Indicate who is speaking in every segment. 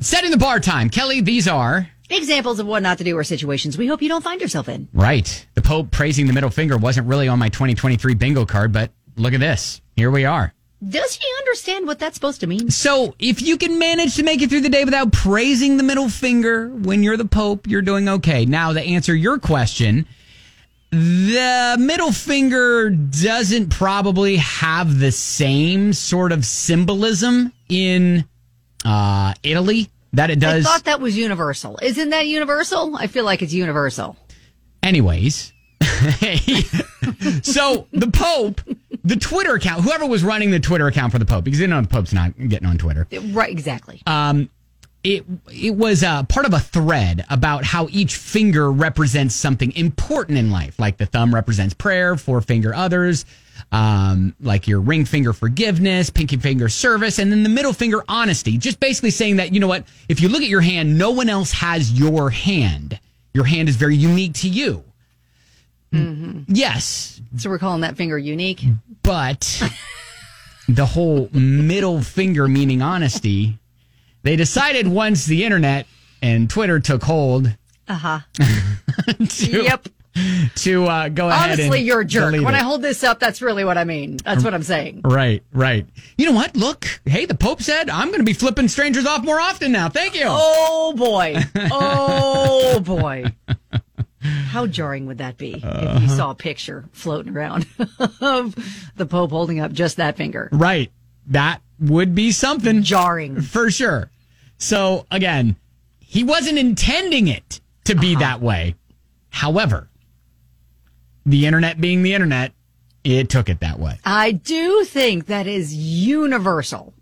Speaker 1: Setting the bar time. Kelly, these are.
Speaker 2: Examples of what not to do or situations we hope you don't find yourself in.
Speaker 1: Right. The Pope praising the middle finger wasn't really on my 2023 bingo card, but look at this. Here we are.
Speaker 2: Does he understand what that's supposed to mean?
Speaker 1: So, if you can manage to make it through the day without praising the middle finger when you're the Pope, you're doing okay. Now, to answer your question, the middle finger doesn't probably have the same sort of symbolism in uh, Italy that it
Speaker 2: I
Speaker 1: does.
Speaker 2: thought that was universal. Isn't that universal? I feel like it's universal.
Speaker 1: Anyways, so the Pope, the Twitter account, whoever was running the Twitter account for the Pope, because you know the Pope's not getting on Twitter.
Speaker 2: Right, exactly.
Speaker 1: it it was uh, part of a thread about how each finger represents something important in life, like the thumb represents prayer, forefinger others, um, like your ring finger forgiveness, pinky finger service, and then the middle finger honesty. Just basically saying that you know what, if you look at your hand, no one else has your hand. Your hand is very unique to you. Yes,
Speaker 2: so we're calling that finger unique.
Speaker 1: but the whole middle finger meaning honesty they decided once the internet and twitter took hold to,
Speaker 2: Yep.
Speaker 1: to uh, go ahead
Speaker 2: Honestly,
Speaker 1: and
Speaker 2: you're a jerk.
Speaker 1: delete
Speaker 2: When
Speaker 1: it.
Speaker 2: I hold this up, that's really what I mean. That's what I'm saying.
Speaker 1: right right you know what look hey the pope said i'm gonna be flipping strangers off more often now thank you
Speaker 2: Oh boy. Oh boy. How jarring would that be if you saw a picture floating around of the Pope holding up just that finger?
Speaker 1: right that would be something
Speaker 2: Jarring.
Speaker 1: for sure so again he wasn't intending it to be that way however the internet being the internet it took it that way
Speaker 2: I do think that is universal.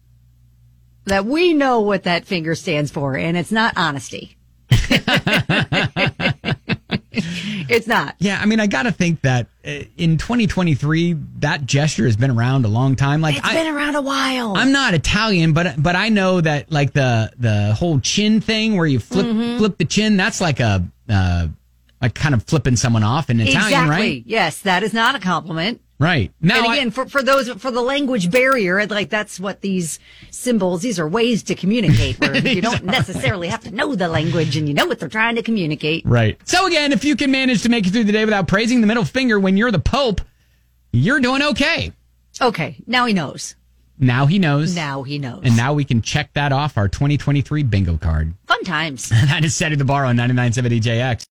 Speaker 2: That we know what that finger stands for, and it's not honesty. it's not.
Speaker 1: Yeah, I mean, I gotta think that uh, in 2023, that gesture has been around a long time. Like,
Speaker 2: It's
Speaker 1: I,
Speaker 2: been around a while.
Speaker 1: I'm not Italian, but but I know that like the the whole chin thing where you flip
Speaker 2: Mm-hmm.
Speaker 1: flip the chin, that's like a uh, like kind of flipping someone off in Italian,
Speaker 2: exactly.
Speaker 1: right?
Speaker 2: Yes, that is not a compliment.
Speaker 1: Right. Now,
Speaker 2: and
Speaker 1: I-
Speaker 2: again, for, for those for the language barrier, I'd like that's what these symbols. These are ways to communicate. Where you don't necessarily have to know the language, and you know what they're trying to communicate.
Speaker 1: right. So again, if you can manage to make it through the day without praising the middle finger when you're the Pope, you're doing okay.
Speaker 2: Okay, now he knows.
Speaker 1: Now he knows.
Speaker 2: Now he knows.
Speaker 1: And now we can check that off our 2023 bingo card.
Speaker 2: Fun times.
Speaker 1: E that is setting the bar on 99.70 JX.